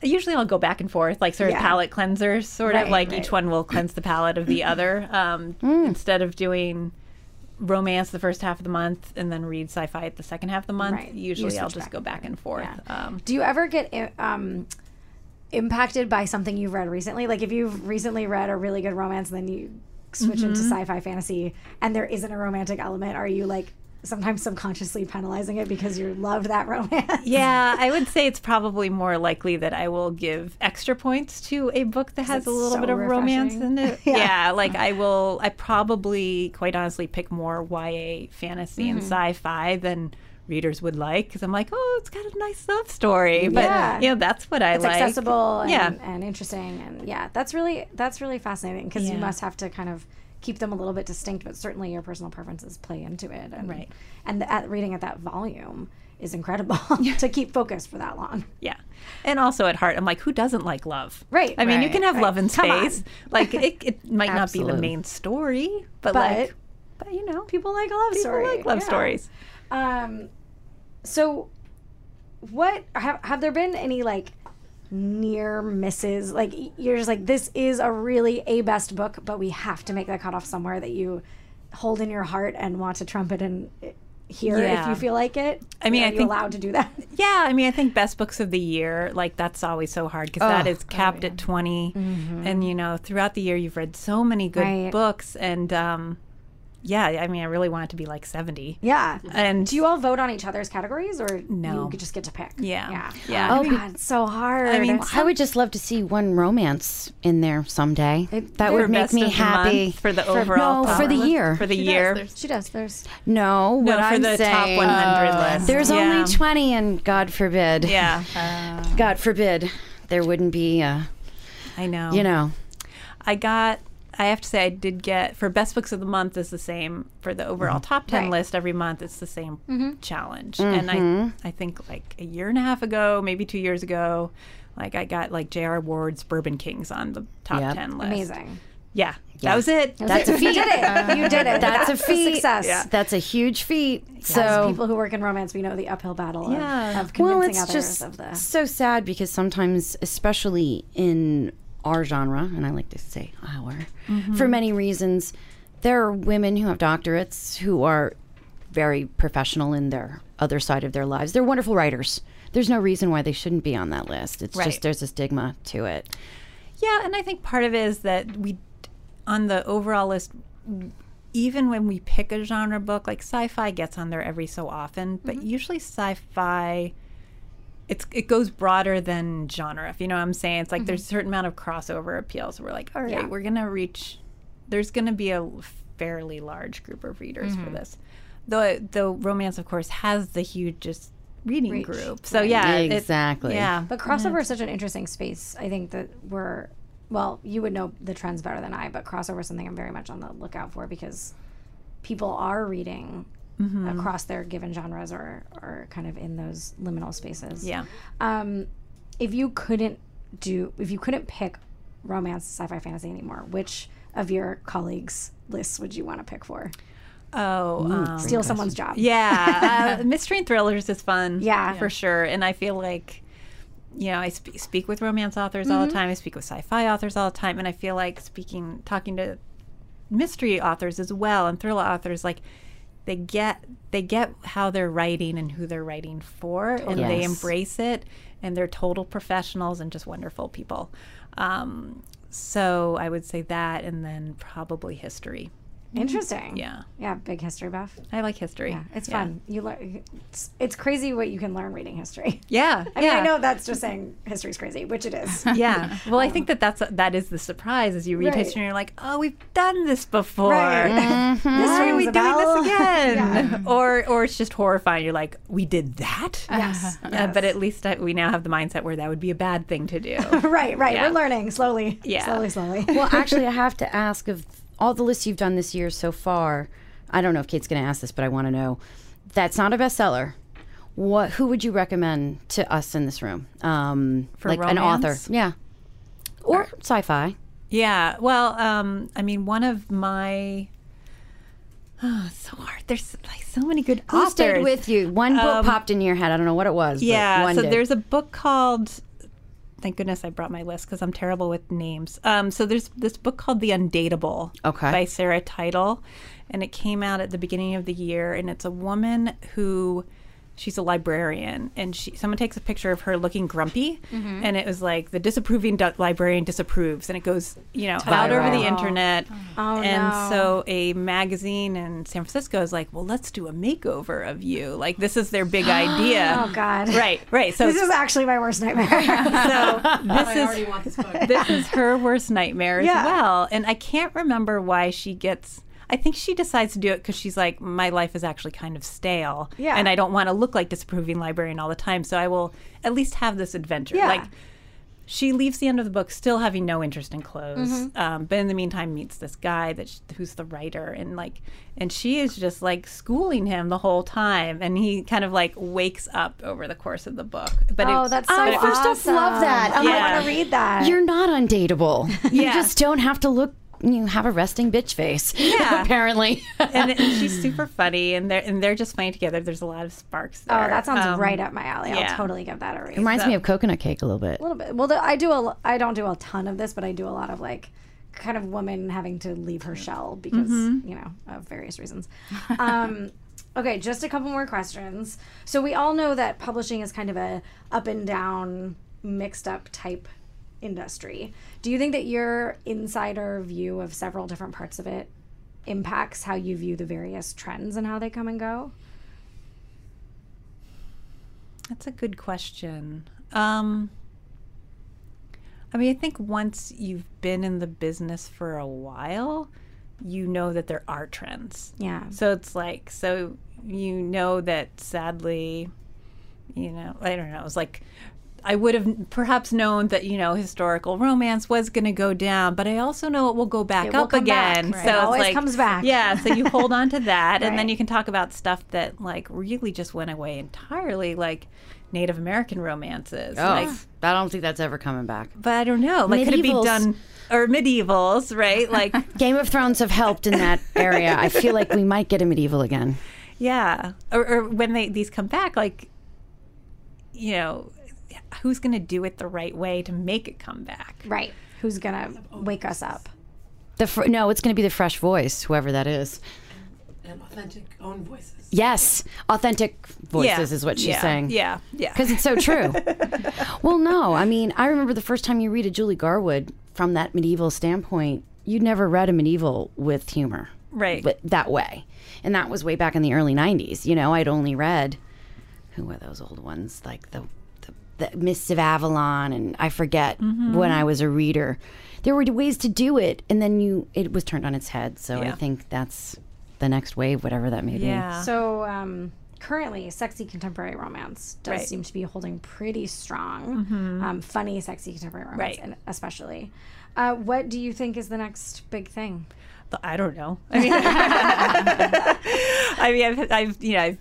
Speaker 3: usually I'll go back and forth, like sort of
Speaker 4: Yeah.
Speaker 3: palate cleanser, sort
Speaker 4: Right,
Speaker 3: of like
Speaker 4: right.
Speaker 3: each one will cleanse the palate of the other. Um, Instead of doing romance the first half of the month and then read sci-fi at the second half of the month,
Speaker 4: Right. You
Speaker 3: usually I'll
Speaker 4: switch
Speaker 3: just
Speaker 4: back
Speaker 3: go
Speaker 4: and
Speaker 3: back and forth.
Speaker 4: Yeah.
Speaker 3: Um,
Speaker 4: Do you ever get i- um, impacted by something you've read recently? Like if you've recently read a really good romance, and then you switch into
Speaker 3: Mm-hmm.
Speaker 4: sci-fi fantasy, and there isn't a romantic element. Are you like sometimes subconsciously penalizing it because you loved that romance?
Speaker 3: Yeah, I would say it's probably more likely that I will give extra points to a book that has a
Speaker 4: it's
Speaker 3: little
Speaker 4: so
Speaker 3: bit of romance in
Speaker 4: refreshing.
Speaker 3: it. yeah. like I will, I probably, quite honestly, pick more YA fantasy and
Speaker 4: Mm-hmm.
Speaker 3: sci fi than readers would like because I'm like, oh, it's got a nice love story. But,
Speaker 4: Yeah.
Speaker 3: you know, that's what I
Speaker 4: It's
Speaker 3: like.
Speaker 4: accessible and,
Speaker 3: Yeah.
Speaker 4: and interesting, and yeah, that's really that's really fascinating because you
Speaker 3: Yeah.
Speaker 4: must have to kind of keep them a little bit distinct, but certainly your personal preferences play into it, and
Speaker 3: Right.
Speaker 4: and the, at reading at that volume is incredible to keep focused for that long.
Speaker 3: Yeah. And also at heart, I'm like, who doesn't like love?
Speaker 4: Right,
Speaker 3: I mean, you
Speaker 5: right,
Speaker 3: can have love in
Speaker 4: Come on.
Speaker 3: space. Like, it, it might not be the
Speaker 2: Absolutely.
Speaker 3: main story, but,
Speaker 4: But-
Speaker 3: like, but you know, people
Speaker 4: People like a love story.
Speaker 3: like love
Speaker 4: yeah.
Speaker 3: stories.
Speaker 4: Um, so what have have there been any like near misses? Like y- you're just like this is a really a best book, but we have to make that cutoff somewhere that you hold in your heart and want to trumpet and uh, hear if
Speaker 3: Yeah.
Speaker 4: you feel like it.
Speaker 3: I mean,
Speaker 4: are
Speaker 3: I
Speaker 4: you
Speaker 3: think-
Speaker 4: allowed to do that.
Speaker 3: Yeah, I mean, I think best books of the year, like that's always so hard because that
Speaker 2: oh,
Speaker 3: is capped at 20.
Speaker 2: Mm-hmm.
Speaker 3: And, you know, throughout the year, you've read so many good
Speaker 4: Right.
Speaker 3: books. And, um, yeah, I mean, I really want it to be like 70.
Speaker 4: Yeah.
Speaker 3: And
Speaker 4: Do you all vote on each other's categories, or
Speaker 3: No.
Speaker 4: you could just get to pick?
Speaker 3: Yeah.
Speaker 4: yeah,
Speaker 3: Yeah.
Speaker 4: Oh,
Speaker 2: Oh,
Speaker 4: God, it's so hard.
Speaker 3: I mean,
Speaker 2: I would just love to see one romance in there someday. that would
Speaker 3: for
Speaker 2: make
Speaker 3: best
Speaker 2: me
Speaker 3: of the
Speaker 2: happy.
Speaker 3: month, for the overall
Speaker 2: no, for the
Speaker 3: power-
Speaker 2: year.
Speaker 3: For the
Speaker 5: She does,
Speaker 3: year.
Speaker 5: there's-
Speaker 4: she does. There's
Speaker 2: no,
Speaker 3: no,
Speaker 2: what
Speaker 3: for
Speaker 2: I'm
Speaker 3: the
Speaker 2: saying, uh,
Speaker 3: top 100 list.
Speaker 2: There's
Speaker 3: Yeah.
Speaker 2: only 20, and God forbid,
Speaker 3: Yeah,
Speaker 2: God forbid, there wouldn't be, a,
Speaker 3: I know.
Speaker 2: you know,
Speaker 3: I got. I have to say, I did get for best books of the month is the same for the overall top ten
Speaker 4: Mm-hmm. Right. Mm-hmm.
Speaker 3: list every month. It's the same challenge, and I I think like a year and a half ago, maybe two years ago, like I got like J.R. Ward's Bourbon Kings on the top
Speaker 2: Yep.
Speaker 3: ten list.
Speaker 4: amazing.
Speaker 3: Yeah, that was it.
Speaker 2: That's a
Speaker 4: You
Speaker 2: feat.
Speaker 4: did it. You did it.
Speaker 2: That's a feat.
Speaker 4: success.
Speaker 2: That's a huge feat.
Speaker 4: As
Speaker 2: So
Speaker 4: people who work in romance, we know the uphill battle
Speaker 3: Yeah.
Speaker 4: of, of convincing
Speaker 2: well, it's
Speaker 4: others
Speaker 2: just
Speaker 4: of the
Speaker 2: so sad because sometimes, especially in our genre, and I like to say our,
Speaker 3: Mm-hmm.
Speaker 2: for many reasons, there are women who have doctorates who are very professional in their other side of their lives. They're wonderful writers. There's no reason why they shouldn't be on that list. It's just
Speaker 3: Right.
Speaker 2: there's a stigma to it.
Speaker 3: Yeah, and I think part of it is that we, on the overall list, even when we pick a genre book, like sci-fi gets on there every so often, but usually sci-fi, it's it goes broader than genre. If you know what I'm saying, it's like there's a certain amount of crossover appeals. We're like, all right, we're gonna reach. There's gonna be a fairly large group of readers for this. Though the romance, of course, has the hugest reading group. So yeah, it-
Speaker 2: Exactly.
Speaker 3: yeah,
Speaker 4: But crossover is such an interesting space. I think that we're well, you would know the trends better than I, but crossover is something I'm very much on the lookout for because people are reading across their given genres or, or kind of in those liminal spaces.
Speaker 3: yeah.
Speaker 4: Um, if you couldn't do if you couldn't pick romance, sci fi fantasy anymore, which of your colleagues' lists would you want to pick for?
Speaker 3: Oh, um,
Speaker 4: Steal someone's job.
Speaker 3: Yeah, uh, mystery and thrillers is fun.
Speaker 4: Yeah.
Speaker 3: for sure. And I feel like, you know, I sp- speak with romance authors all the
Speaker 4: Mm-hmm.
Speaker 3: time. I speak with sci-fi authors all the time, and I feel like speaking, talking to mystery authors as well and thriller authors, like they get they get how they're writing and who they're writing for, and they
Speaker 2: Yes.
Speaker 3: embrace it. And they're total professionals and just wonderful people. Um, so I would say that, and then probably history.
Speaker 4: Interesting.
Speaker 3: Yeah,
Speaker 4: Mm-hmm. Yeah, big history buff.
Speaker 3: I like history.
Speaker 4: Yeah, it's fun. You learn. It's, it's crazy what you can learn reading history.
Speaker 3: Yeah,
Speaker 4: I mean, I know that's just saying history's crazy, which it is.
Speaker 3: yeah. Well, I think that that's that is the surprise as you read
Speaker 4: Right.
Speaker 3: history and you're like, oh, we've done this before. Why
Speaker 4: This
Speaker 3: are
Speaker 4: rings
Speaker 3: we doing
Speaker 4: a bell.
Speaker 3: this again? Or or it's just horrifying. You're like, we did that.
Speaker 4: Yes.
Speaker 3: Uh, but at least I, we now have the mindset where that would be a bad thing to do.
Speaker 4: right, right.
Speaker 3: Yeah.
Speaker 4: We're learning slowly.
Speaker 3: Yeah.
Speaker 4: Slowly, slowly.
Speaker 2: well, actually, I have to ask of all the lists you've done this year so far. I don't know if Kate's going to ask this, but I want to know. That's not a bestseller. What? Who would you recommend to us in this room? Um,
Speaker 3: For
Speaker 2: like an author,
Speaker 3: romance?
Speaker 2: yeah, or sci-fi.
Speaker 3: Yeah. Well, um, I mean, one of my oh, it's so hard. There's like so many good
Speaker 2: Who
Speaker 3: authors.
Speaker 2: stayed with you? One book
Speaker 3: Um,
Speaker 2: popped in your head. I don't know what it was. but
Speaker 3: Yeah.
Speaker 2: one
Speaker 3: So
Speaker 2: did.
Speaker 3: there's a book called. Thank goodness I brought my list because I'm terrible with names. Um, so there's this book called The Undateable
Speaker 2: Okay.
Speaker 3: by Sarah Title, and it came out at the beginning of the year. And it's a woman who she's a librarian, and she someone takes a picture of her looking grumpy,
Speaker 4: Mm-hmm.
Speaker 3: and it was like the disapproving du- librarian disapproves, and it goes you know out over the internet.
Speaker 4: Oh,
Speaker 3: and
Speaker 4: no.
Speaker 3: so a magazine in San Francisco is like, well, let's do a makeover of you. Like this is their big idea.
Speaker 4: Oh God.
Speaker 3: Right, right. So,
Speaker 4: This is actually my worst nightmare.
Speaker 3: so
Speaker 6: Oh, I
Speaker 3: this
Speaker 6: already
Speaker 3: is
Speaker 6: want this book.
Speaker 3: this is her worst nightmare as
Speaker 4: Yeah.
Speaker 3: well. And I can't remember why she gets. I think she decides to do it because she's like, my life is actually kind of stale,
Speaker 4: Yeah.
Speaker 3: and I don't want to look like disapproving librarian all the time. So I will at least have this adventure.
Speaker 4: Yeah.
Speaker 3: Like she leaves the end of the book still having no interest in clothes,
Speaker 4: Mm-hmm.
Speaker 3: um, but in the meantime meets this guy that sh who's the writer, and like, and she is just like schooling him the whole time, and he kind of like wakes up over the course of the book. But
Speaker 4: oh,
Speaker 3: it-
Speaker 4: that's so
Speaker 3: but
Speaker 4: awesome.
Speaker 3: it-
Speaker 2: first off, love that. I'm
Speaker 4: I
Speaker 3: Yeah.
Speaker 4: want to read that.
Speaker 2: You're not undateable. You
Speaker 3: Yeah.
Speaker 2: just don't have to look. You have a resting bitch face.
Speaker 3: Yeah.
Speaker 2: apparently.
Speaker 3: and, and she's super funny, and they're and they're just funny together. There's a lot of sparks. There.
Speaker 4: oh, that sounds
Speaker 3: Um,
Speaker 4: right up my alley. I'll
Speaker 3: yeah.
Speaker 4: totally give that a read.
Speaker 2: Reminds me of coconut cake a little bit.
Speaker 4: a little bit. Well, the- I do a. I don't do a ton of this, but I do a lot of like kind of woman having to leave her shell because you know of various reasons. Um, okay, just a couple more questions. So we all know that publishing is kind of a up and down, mixed up type industry. Do you think that your insider view of several different parts of it impacts how you view the various trends and how they come and go?
Speaker 3: That's a good question. Um, I mean, I think once you've been in the business for a while, you know that there are trends.
Speaker 4: Yeah.
Speaker 3: So it's like, so you know that sadly, you know, I don't know. It's like I would have perhaps known that you know historical romance was going to go down, but I also know it will go back
Speaker 4: It will
Speaker 3: up
Speaker 4: come back,
Speaker 3: again.
Speaker 4: right.
Speaker 3: So
Speaker 4: It
Speaker 3: it's
Speaker 4: always
Speaker 3: like-
Speaker 4: comes back.
Speaker 3: Yeah, so you hold on to that, and
Speaker 4: Right.
Speaker 3: then you can talk about stuff that like really just went away entirely, like Native American romances.
Speaker 2: Oh,
Speaker 3: Like,
Speaker 2: I don't think that's ever coming back.
Speaker 3: but I don't know. Like, could it
Speaker 2: Medievals.
Speaker 3: be done or medievals, right? Like,
Speaker 2: Game of Thrones have helped in that area. I feel like we might get a medieval again.
Speaker 3: yeah, or, or when they these come back, like, you know, who's going to do it the right way to make it come back?
Speaker 4: Right. Who's gonna wake us up?
Speaker 2: The fr- no, it's going to be the fresh voice, whoever that is.
Speaker 6: and authentic own voices.
Speaker 2: Yes, authentic voices
Speaker 3: Yeah.
Speaker 2: is what she's
Speaker 3: yeah.
Speaker 2: saying.
Speaker 3: Yeah, yeah.
Speaker 2: because it's so true. well, no, I mean, I remember the first time you read a Julie Garwood from that medieval standpoint. You'd never read a medieval with humor,
Speaker 3: Right.
Speaker 2: But that way, and that was way back in the early '90s. You know, I'd only read who were those old ones like the the, the Mists of Avalon, and I forget
Speaker 3: Mm-hmm.
Speaker 2: when I was a reader. There were ways to do it, and then you it was turned on its head. So I
Speaker 3: Yeah.
Speaker 2: think that's the next wave, whatever that may be.
Speaker 3: yeah.
Speaker 4: So um, currently, sexy contemporary romance does
Speaker 3: Right. Mm-hmm.
Speaker 4: seem to be holding pretty strong. Um, funny, sexy contemporary romance,
Speaker 3: Right.
Speaker 4: and especially. Uh, what do you think is the next big thing?
Speaker 3: But I don't know. I mean, I mean, I've, I've you know, I've,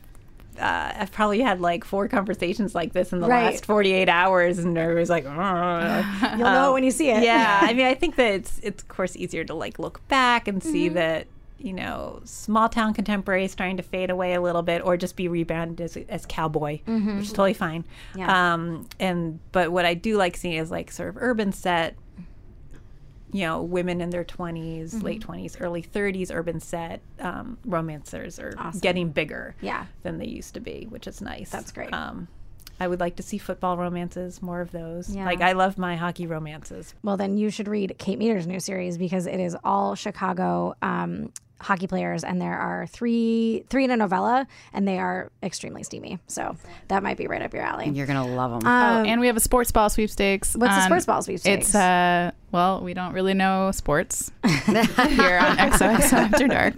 Speaker 3: uh, I've probably had like four conversations like this in the
Speaker 4: Right.
Speaker 3: last 48 hours, and everybody's like, "Ugh."
Speaker 4: You'll know it when you see it.
Speaker 3: Uh, oh, yeah. I mean, I think that it's, it's of course easier to like look back and see
Speaker 4: Mm-hmm.
Speaker 3: that you know small town contemporary is starting to fade away a little bit, or just be rebounded as, as cowboy, which is totally fine.
Speaker 4: Mm-hmm. Yeah.
Speaker 3: Um, and but what I do like seeing is like sort of urban set you know, women in their 20s,
Speaker 4: Mm-hmm.
Speaker 3: late 20s, early 30s, urban set um, romancers are getting bigger
Speaker 4: Yeah.
Speaker 3: than they used to be, which is nice.
Speaker 4: That's great.
Speaker 3: Um, I would like to see football romances, more of those.
Speaker 4: Yeah.
Speaker 3: Like, I love my hockey romances.
Speaker 4: Well, then you should read Kate Meter's new series because it is all Chicago um, hockey players, and there are three three in a novella, and they are extremely steamy. So that might be right up your alley.
Speaker 2: You're gonna love them.
Speaker 5: Oh, and we have a sports ball sweepstakes. Um,
Speaker 4: What's the
Speaker 3: Um,
Speaker 5: on-
Speaker 4: sports ball sweepstakes?
Speaker 5: It's uh, well, we don't really know sports here on XOXO After Dark,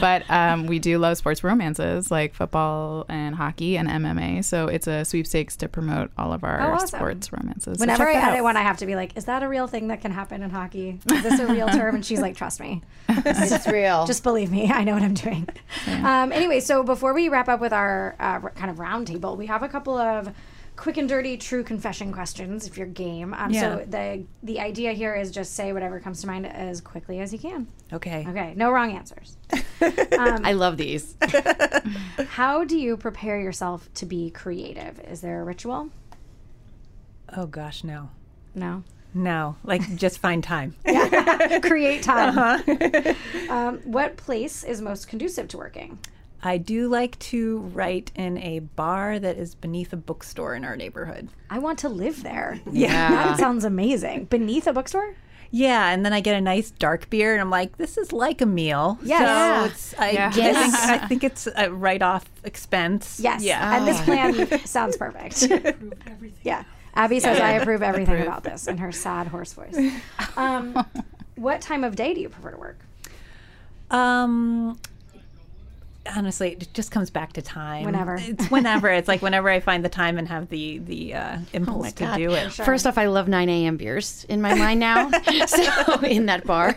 Speaker 5: but um, we do love sports romances like football and hockey and MMA. So it's a sweepstakes to promote all of our
Speaker 4: Oh, awesome.
Speaker 5: sports romances. So
Speaker 4: Whenever
Speaker 5: check
Speaker 4: I
Speaker 5: that
Speaker 4: edit
Speaker 5: out.
Speaker 4: one, I have to be like, "Is that a real thing that can happen in hockey? Is this a real term?" And she's like, "Trust me,
Speaker 2: it's real.
Speaker 4: just believe me. I know what I'm doing." Um, anyway, so before we wrap up with our uh, r- kind of roundtable, we have a couple of quick and dirty true confession questions if you're game. Um,
Speaker 3: Yeah.
Speaker 4: So the the idea here is just say whatever comes to mind as quickly as you can.
Speaker 3: Okay.
Speaker 4: Okay, no wrong answers.
Speaker 2: I love these.
Speaker 4: How do you prepare yourself to be creative? Is there a ritual?
Speaker 3: Oh, gosh, no.
Speaker 4: No.
Speaker 3: No. Like, just find time.
Speaker 4: Create time.
Speaker 5: Uh-huh.
Speaker 4: um, what place is most conducive to working?
Speaker 3: I do like to write in a bar that is beneath a bookstore in our neighborhood.
Speaker 4: I want to live there. That sounds amazing. Beneath a bookstore?
Speaker 3: Yeah, and then I get a nice dark beer, and I'm like, this is like a meal.
Speaker 4: Yes.
Speaker 3: So
Speaker 4: Yeah.
Speaker 3: it's, I,
Speaker 5: Yeah.
Speaker 3: I think- I, think, it's a write off expense.
Speaker 4: Yes.
Speaker 3: Yeah.
Speaker 4: And this plan sounds perfect.
Speaker 6: Prove everything.
Speaker 4: Yeah. Abby says, I approve everything about this in her sad horse voice. Um, what time of day do you prefer to work?
Speaker 3: Um, honestly, it just comes back to time.
Speaker 4: Whenever.
Speaker 3: It's whenever. it's like whenever I find the time and have the, the uh, impulse to
Speaker 2: God.
Speaker 3: do it.
Speaker 2: First off, I love 9 a.m. beers in my mind now. so in that bar,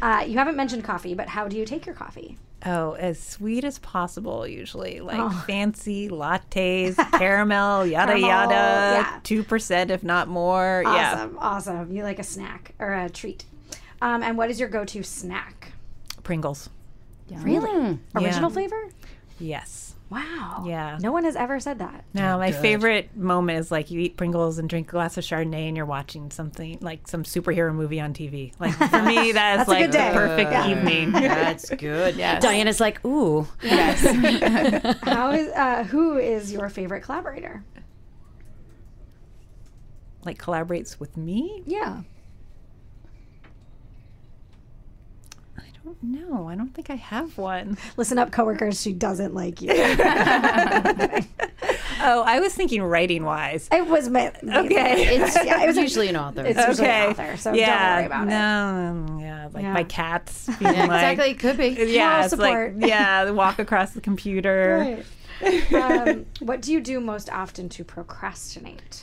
Speaker 4: Uh, you haven't mentioned coffee, but how do you take your coffee?
Speaker 3: Oh, as sweet as possible, usually. Like fancy lattes, caramel, yada,
Speaker 4: Oh. Caramel,
Speaker 3: yada.
Speaker 4: yeah.
Speaker 3: 2%, if not more. Yeah.
Speaker 4: Awesome. Awesome. You like a snack or a treat. Um, and what is your go to snack?
Speaker 3: Pringles.
Speaker 4: Really?
Speaker 2: Mm.
Speaker 4: Original flavor?
Speaker 3: Yes.
Speaker 4: Wow.
Speaker 3: Yeah.
Speaker 4: No one has ever said that.
Speaker 3: No, my favorite moment is like you eat Pringles and drink a glass of Chardonnay and you're watching something like some superhero movie on TV. Like for me, that is
Speaker 4: a
Speaker 3: like
Speaker 4: good
Speaker 3: the
Speaker 4: day.
Speaker 3: perfect evening.
Speaker 2: that's good.
Speaker 5: Yes.
Speaker 2: Diana's like, ooh,
Speaker 4: How is uh, who is your favorite collaborator?
Speaker 3: like collaborates with me?
Speaker 4: Yeah.
Speaker 3: I don't know. I don't think I have one.
Speaker 4: Listen up, coworkers. She doesn't like you.
Speaker 3: Oh, I was thinking writing wise.
Speaker 4: It was my
Speaker 3: Okay.
Speaker 2: It's
Speaker 4: yeah, it was
Speaker 2: usually an author.
Speaker 4: It's usually an author, so don't worry about it.
Speaker 3: no, it. Yeah, like my cats. Being
Speaker 2: Yeah,
Speaker 3: like,
Speaker 2: exactly. It could be.
Speaker 3: Yeah,
Speaker 4: Moral
Speaker 3: it's like,
Speaker 4: support.
Speaker 3: yeah, the walk across the computer.
Speaker 4: Right. um, what do you do most often to procrastinate?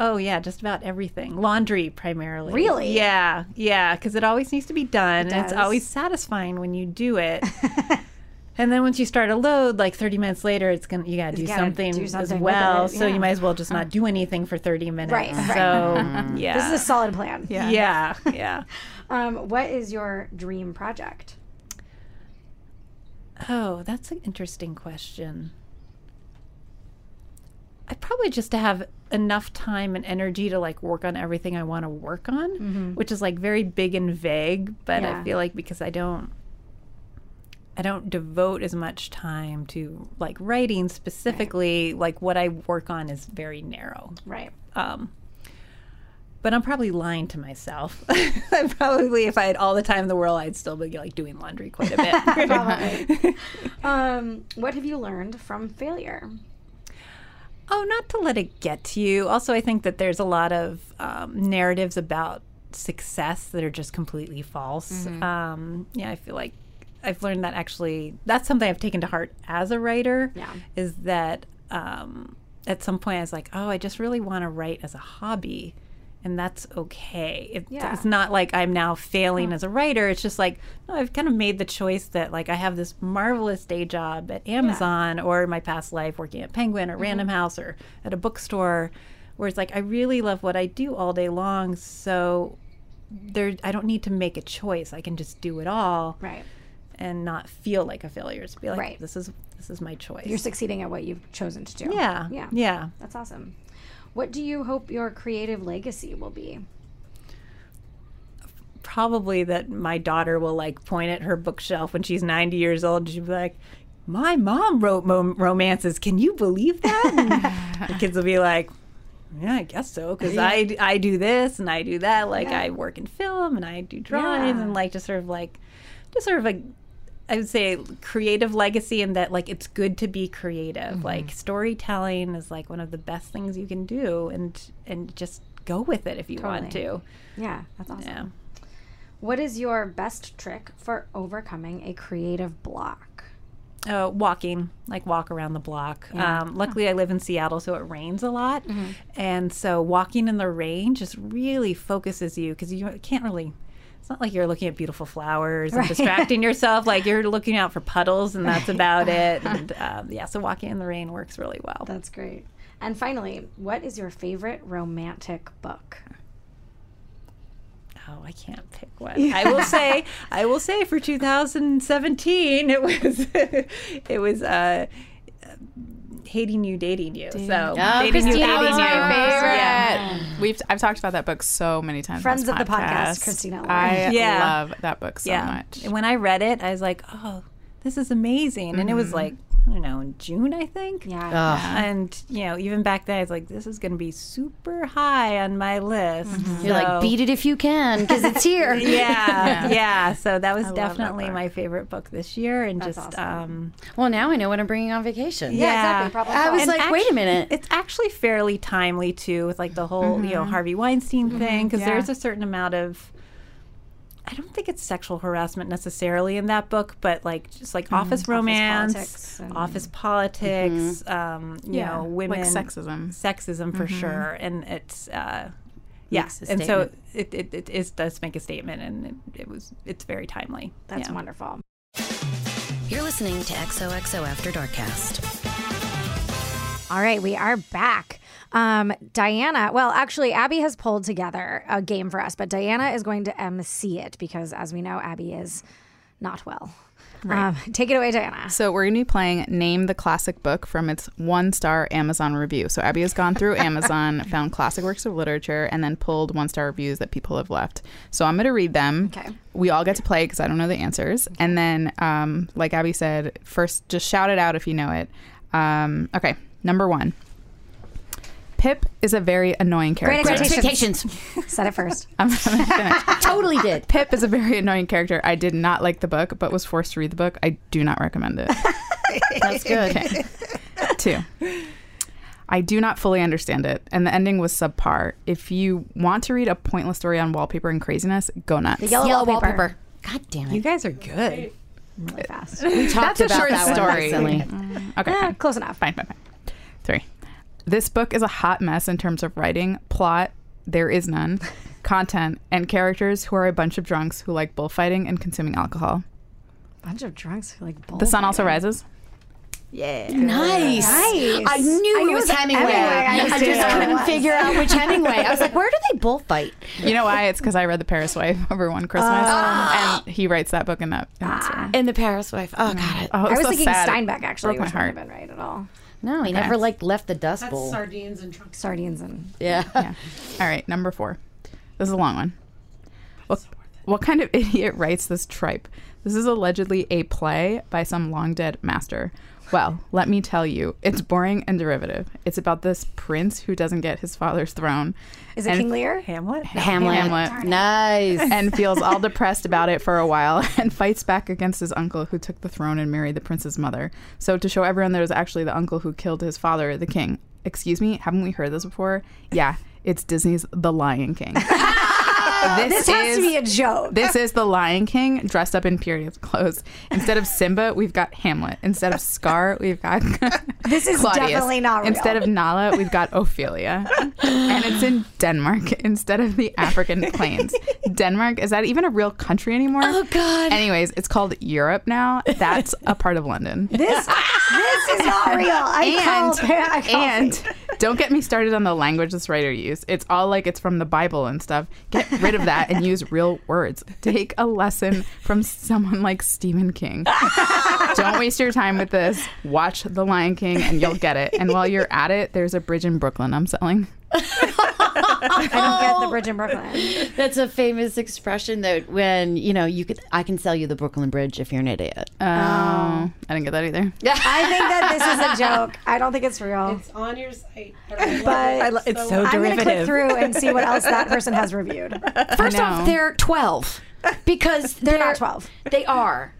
Speaker 3: Oh yeah, just about everything. Laundry primarily.
Speaker 4: Really?
Speaker 3: Yeah, yeah, because it always needs to be done, and it's
Speaker 4: does.
Speaker 3: always satisfying when you do it. and then once you start a load, like thirty minutes later, it's gonna you gotta do,
Speaker 4: gotta
Speaker 3: something,
Speaker 4: do something
Speaker 3: as
Speaker 4: with
Speaker 3: well.
Speaker 4: it,
Speaker 3: So
Speaker 4: yeah. Uh-huh.
Speaker 3: you might as well just not do anything for thirty minutes.
Speaker 4: Right, right.
Speaker 3: So yeah,
Speaker 4: This is a solid plan.
Speaker 3: yeah, yeah.
Speaker 4: Um, what is your dream project?
Speaker 3: Oh, that's an interesting question. I probably just to have enough time and energy to like work on everything I want to work on, which is like very big and vague, but
Speaker 4: Yeah.
Speaker 3: I feel like because I don't I don't devote as much time to like writing specifically, like what I work on is very narrow.
Speaker 4: Right.
Speaker 3: Um but I'm probably lying to myself. I'm probably, if I had all the time in the world, I'd still be like doing laundry quite a bit.
Speaker 4: Um, what have you learned from failure?
Speaker 3: Oh, not to let it get to you. Also, I think that there's a lot of um, narratives about success that are just completely false. Um, yeah, I feel like I've learned that actually. That's something I've taken to heart as a writer.
Speaker 4: Yeah.
Speaker 3: Is that um, at some point I was like, oh, I just really want to write as a hobby. And that's okay. It,
Speaker 4: Yeah.
Speaker 3: It's not like I'm now failing as a writer. It's just like, no, I've kind of made the choice that, like, I have this marvelous day job at Amazon or in my past life working at Penguin or Random
Speaker 4: Mm-hmm.
Speaker 3: House or at a bookstore where it's like, I really love what I do all day long. So there, I don't need to make a choice. I can just do it all
Speaker 4: Right.
Speaker 3: and not feel like a failure. Just be like,
Speaker 4: Right.
Speaker 3: this is this is my choice.
Speaker 4: You're succeeding at what you've chosen to do.
Speaker 3: yeah.
Speaker 4: Yeah.
Speaker 3: Yeah.
Speaker 4: That's awesome. What do you hope your creative legacy will be?
Speaker 3: probably that my daughter will like point at her bookshelf when she's 90 years old and she'll be like my mom wrote mo- romances can you believe that and the kids will be like yeah i guess so because I, I do this and i do that like i work in film and i do drawings and like just sort of like just sort of like I would say creative legacy and that like it's good to be creative. Like storytelling is like one of the best things you can do and and just go with it if you want to.
Speaker 4: Yeah, that's awesome.
Speaker 3: Yeah.
Speaker 4: What is your best trick for overcoming a creative block?
Speaker 3: uh, walking, like walk around the block. Um, luckily, I live in Seattle, so it rains a lot,
Speaker 2: Mm-hmm.
Speaker 3: and so walking in the rain just really focuses you because you can't really. It's not like you're looking at beautiful flowers and distracting yourself. Like you're looking out for puddles, and that's about it. And um, yeah, so walking in the rain works really well.
Speaker 4: That's great. And finally, what is your favorite romantic book?
Speaker 3: Oh, I can't pick one. I will say, I will say for 2017, it was, it was, uh, hating you, dating you. So
Speaker 2: Oh,
Speaker 3: dating you,
Speaker 2: Christina
Speaker 3: dating
Speaker 2: was
Speaker 3: you.
Speaker 2: my favorite.
Speaker 3: Yeah.
Speaker 5: We've I've talked about that book so many times. on
Speaker 4: Friends
Speaker 5: this
Speaker 4: of the podcast, Christina Lauren.
Speaker 5: I
Speaker 3: Yeah.
Speaker 5: love that book so much.
Speaker 3: And when I read it, I was like, oh, this is amazing. And it was like, I don't know, in June, I think.
Speaker 5: Uh,
Speaker 4: Yeah.
Speaker 2: Ugh.
Speaker 3: And, you know, even back then, I was like, this is going to be super high on my list.
Speaker 2: You're
Speaker 3: So-
Speaker 2: like, beat it if you can, because it's here.
Speaker 3: yeah, yeah. So that was
Speaker 5: love that
Speaker 3: definitely
Speaker 5: book.
Speaker 3: my favorite book this year, and just um,
Speaker 2: Well, now I know what I'm bringing on vacation.
Speaker 3: yeah,
Speaker 4: exactly. Problem
Speaker 2: I was
Speaker 4: solved.
Speaker 2: like,
Speaker 3: And
Speaker 2: wait a
Speaker 3: actu-
Speaker 2: minute.
Speaker 3: It's actually fairly timely too, with like the whole you
Speaker 2: Mm-hmm.
Speaker 3: know Harvey Weinstein thing, because there's a certain amount of. I don't think it's sexual harassment necessarily in that book, but like just
Speaker 2: Mm-hmm.
Speaker 3: like office romance,
Speaker 4: politics
Speaker 3: office
Speaker 4: and-
Speaker 3: politics, um, you know, women,
Speaker 5: like sexism.
Speaker 3: sexism for sure, and it's. Uh, yeah,
Speaker 2: Mm-hmm. Makes a
Speaker 3: and so it, it, it is, does make a statement, and it, it was it's very timely.
Speaker 4: That's
Speaker 3: yeah.
Speaker 4: wonderful.
Speaker 1: You're listening to XOXO After Darkcast.
Speaker 4: All right, we are back. Um, Diana, well, actually, Abby has pulled together a game for us, but Diana is going to MC it because, as we know, Abby is not well. Um, take it away, Diana.
Speaker 5: So we're going to be playing Name the Classic Book from its one-star Amazon review. So Abby has gone through Amazon, found classic works of literature, and then pulled one-star reviews that people have left. So I'm going to read them.
Speaker 4: Okay.
Speaker 5: We all get to play because I don't know the answers. And then, um, like Abby said, first just shout it out if you know it. Um, okay. Number one. Pip is a very annoying character.
Speaker 4: Great
Speaker 2: Expectations.
Speaker 4: Said it first.
Speaker 5: I'm gonna finish.
Speaker 2: totally did.
Speaker 5: Pip is a very annoying character. I did not like the book, but was forced to read the book. I do not recommend it.
Speaker 2: That's good.
Speaker 5: Two. I do not fully understand it, and the ending was subpar. If you want to read a pointless story on wallpaper and craziness, go nuts.
Speaker 2: The yellow,
Speaker 4: Yellow
Speaker 2: wallpaper.
Speaker 4: wallpaper.
Speaker 2: God damn it.
Speaker 7: You guys are good.
Speaker 4: really fast.
Speaker 2: we talked
Speaker 5: That's a
Speaker 2: about
Speaker 5: short
Speaker 2: that one
Speaker 5: story.
Speaker 2: recently.
Speaker 5: Mm, okay,
Speaker 4: Eh,
Speaker 5: fine.
Speaker 4: close enough.
Speaker 5: fine, fine, fine. Three. This book is a hot mess in terms of writing, plot, there is none, content, and characters who are a bunch of drunks who like bullfighting and consuming alcohol.
Speaker 7: Bunch of drunks who like
Speaker 5: The sun also rises.
Speaker 2: Nice.
Speaker 4: Nice.
Speaker 2: I knew
Speaker 4: I
Speaker 2: it
Speaker 4: knew
Speaker 2: was
Speaker 4: it was
Speaker 2: Hemingway.
Speaker 4: Hemingway. I
Speaker 2: I,
Speaker 4: just
Speaker 2: just
Speaker 4: didn't know
Speaker 2: couldn't
Speaker 4: what it
Speaker 2: figure out which Hemingway. I was like, where do they bullfight?
Speaker 5: You know why? It's because I read The Paris Wife over one Christmas,
Speaker 4: Oh.
Speaker 5: and he writes that book in that. In that story.
Speaker 2: In the Paris wife. Oh, God.
Speaker 5: Oh,
Speaker 4: Ah, I
Speaker 5: it's
Speaker 4: was
Speaker 5: so
Speaker 4: thinking
Speaker 5: sad.
Speaker 4: Steinbeck actually,
Speaker 5: Broke my
Speaker 4: which
Speaker 5: heart.
Speaker 4: wouldn't have been right at all.
Speaker 2: No, he never like left the Dust
Speaker 6: That's
Speaker 2: Bowl.
Speaker 6: sardines and trunks.
Speaker 4: Sardines and
Speaker 2: Yeah.
Speaker 5: Yeah. All right, number four. This is a long one. What, what kind of idiot writes this tripe? This is allegedly a play by some long dead master. Well, let me tell you, it's boring and derivative. It's about this prince who doesn't get his father's throne.
Speaker 4: is it
Speaker 5: And-
Speaker 4: King Lear?
Speaker 3: Hamlet.
Speaker 2: Hamlet.
Speaker 5: Hamlet.
Speaker 2: Nice.
Speaker 5: and feels all depressed about it for a while and fights back against his uncle who took the throne and married the prince's mother. So to show everyone that it was actually the uncle who killed his father, the king. Excuse me, haven't we heard this before? Yeah, it's Disney's The Lion King.
Speaker 4: This has to be a joke.
Speaker 5: This is the Lion King dressed up in period clothes. Instead of Simba, we've got Hamlet. Instead of Scar, we've got
Speaker 4: This is
Speaker 5: Claudius.
Speaker 4: definitely not real.
Speaker 5: Instead of Nala, we've got Ophelia. and it's in Denmark instead of the African plains. Denmark, is that even a real country anymore?
Speaker 2: Oh, God.
Speaker 5: Anyways, it's called Europe now. That's a part of London.
Speaker 4: this, this is not real. I
Speaker 5: And,
Speaker 4: called. I called
Speaker 5: and don't get me started on the language this writer used. It's all like it's from the Bible and stuff. Get rid of that and use real words. Take a lesson from someone like Stephen King. don't waste your time with this. Watch The Lion King and you'll get it. And while you're at it, there's a bridge in Brooklyn I'm selling.
Speaker 4: I don't get the bridge in Brooklyn.
Speaker 2: That's a famous expression that when, you know, you could, I can sell you the Brooklyn Bridge if you're an idiot.
Speaker 5: Oh, I didn't get that either.
Speaker 4: I think that this is a joke. I don't think it's real.
Speaker 6: It's on your site. But, I love
Speaker 4: Oh. But-
Speaker 6: it
Speaker 4: I lo-
Speaker 7: it's so
Speaker 6: much.
Speaker 4: I'm gonna click
Speaker 7: derivative.
Speaker 4: through and see what else that person has reviewed.
Speaker 2: First
Speaker 5: I
Speaker 2: off,
Speaker 5: know.
Speaker 2: they're 12 because they're,
Speaker 4: They're not 12.
Speaker 2: They are.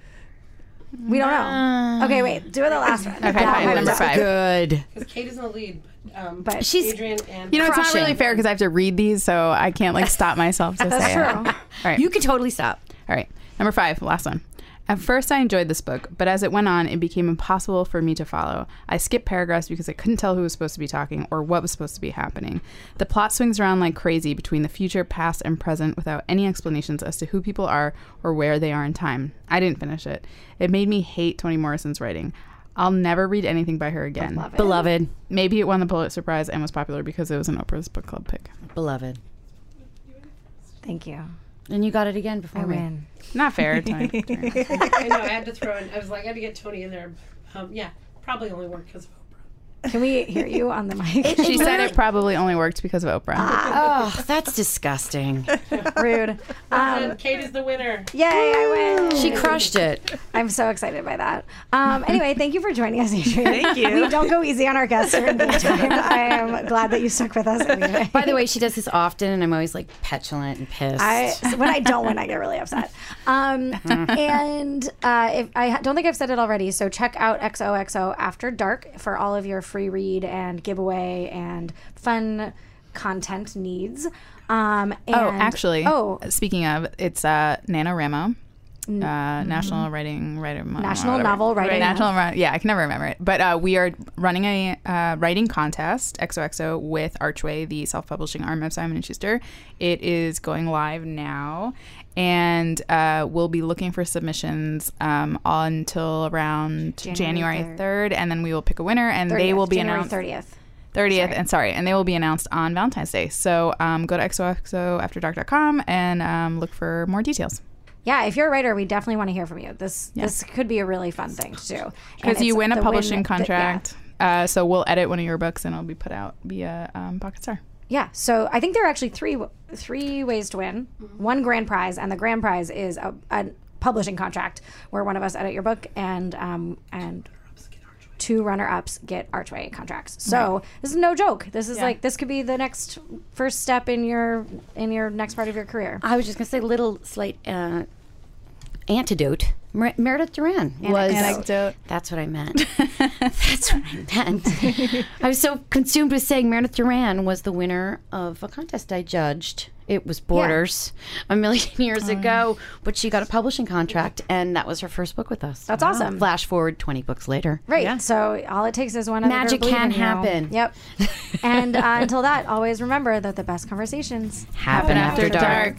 Speaker 4: We don't know. Okay, wait. Do the last one.
Speaker 5: Okay, fine,
Speaker 4: might
Speaker 5: number
Speaker 4: be-
Speaker 5: five.
Speaker 2: Good.
Speaker 6: 'Cause Kate is in the lead. But, um,
Speaker 4: But
Speaker 2: She's-
Speaker 6: Adrian and
Speaker 5: You know, it's not
Speaker 2: Crushing.
Speaker 5: really fair because I have to read these, so I can't like stop myself to
Speaker 4: That's
Speaker 5: say it.
Speaker 4: true.
Speaker 5: All right.
Speaker 2: You can totally stop.
Speaker 5: All right, number five, last one. At first, I enjoyed this book, but as it went on, it became impossible for me to follow. I skipped paragraphs because I couldn't tell who was supposed to be talking or what was supposed to be happening. The plot swings around like crazy between the future, past, and present without any explanations as to who people are or where they are in time. I didn't finish it. It made me hate Toni Morrison's writing. I'll never read anything by her again.
Speaker 2: Beloved.
Speaker 5: Maybe it won the Pulitzer Prize and was popular because it was an Oprah's Book Club pick.
Speaker 2: Beloved.
Speaker 4: Thank you.
Speaker 2: And you got it again before
Speaker 4: I
Speaker 2: me.
Speaker 4: win.
Speaker 5: Not fair, Toni.
Speaker 6: I know I had to throw in. I was like, I had to get Tony in there. Um, yeah, probably only worked because of Oprah.
Speaker 4: Can we hear you on the mic?
Speaker 5: she said it probably only worked because of Oprah.
Speaker 2: Oh, that's disgusting.
Speaker 4: Rude. Um,
Speaker 6: and Kate is the winner.
Speaker 4: yay, I win.
Speaker 2: She crushed it.
Speaker 4: I'm so excited by that. Um, anyway, thank you for joining us, Adrian.
Speaker 7: Thank you.
Speaker 4: We don't go easy on our guests during the time. I am glad that you stuck with us anyway.
Speaker 2: By the way, she does this often, and I'm always like petulant and pissed.
Speaker 4: I, when I don't win, I get really upset. Um, and uh, if I ha- don't think I've said it already, so check out XOXO After Dark for all of your free read and giveaway and fun content needs. Um, and,
Speaker 5: Oh, actually.
Speaker 4: Oh,
Speaker 5: speaking of, it's uh, NaNoWriMo. Uh, National Writing Writer Month,
Speaker 4: mm-hmm. National
Speaker 5: whatever.
Speaker 4: Novel Writing
Speaker 5: National Ri- Yeah, I can never remember it. But uh, we are running a uh, writing contest, XOXO, with Archway, the self-publishing arm of Simon & Schuster. It is going live now, and uh, we'll be looking for submissions um, until around January,
Speaker 4: January
Speaker 5: 3rd. and then we will pick a winner, and they
Speaker 4: 30th,
Speaker 5: will be
Speaker 4: January
Speaker 5: announced
Speaker 4: 30th.
Speaker 5: 30th and sorry and they will be announced on valentine's day so um, go to xoxoafterdark.com and um, look for more details
Speaker 4: Yeah, if you're a writer, we definitely want to hear from you. This this could be a really fun thing to do And
Speaker 5: because you
Speaker 4: it's
Speaker 5: win a
Speaker 4: the
Speaker 5: publishing
Speaker 4: win- the- yeah.
Speaker 5: contract uh, so we'll edit one of your books and it'll be put out via um, pocket star
Speaker 4: Yeah, so I think there are actually three three ways to win. One grand prize, and the grand prize is a, a publishing contract where one of us edit your book, and um, and two runner ups get Archway contracts. So this is no joke. This is like this could be the next first step in your in your next part of your career.
Speaker 2: I was just gonna say little slight uh, antidote. Mer- Meredith Duran was
Speaker 5: Anecdote.
Speaker 2: That's what I meant. That's what I meant. I was so consumed with saying Meredith Duran was the winner of a contest I judged. It was Borders a million years ago, but she got a publishing contract, and that was her first book with us.
Speaker 4: That's awesome.
Speaker 2: Flash forward 20 books later.
Speaker 4: Right. So all it takes is one editor
Speaker 2: Magic
Speaker 4: believing
Speaker 2: can
Speaker 4: you.
Speaker 2: happen.
Speaker 4: Yep. and uh, until that, always remember that the best conversations
Speaker 2: Happen after dark.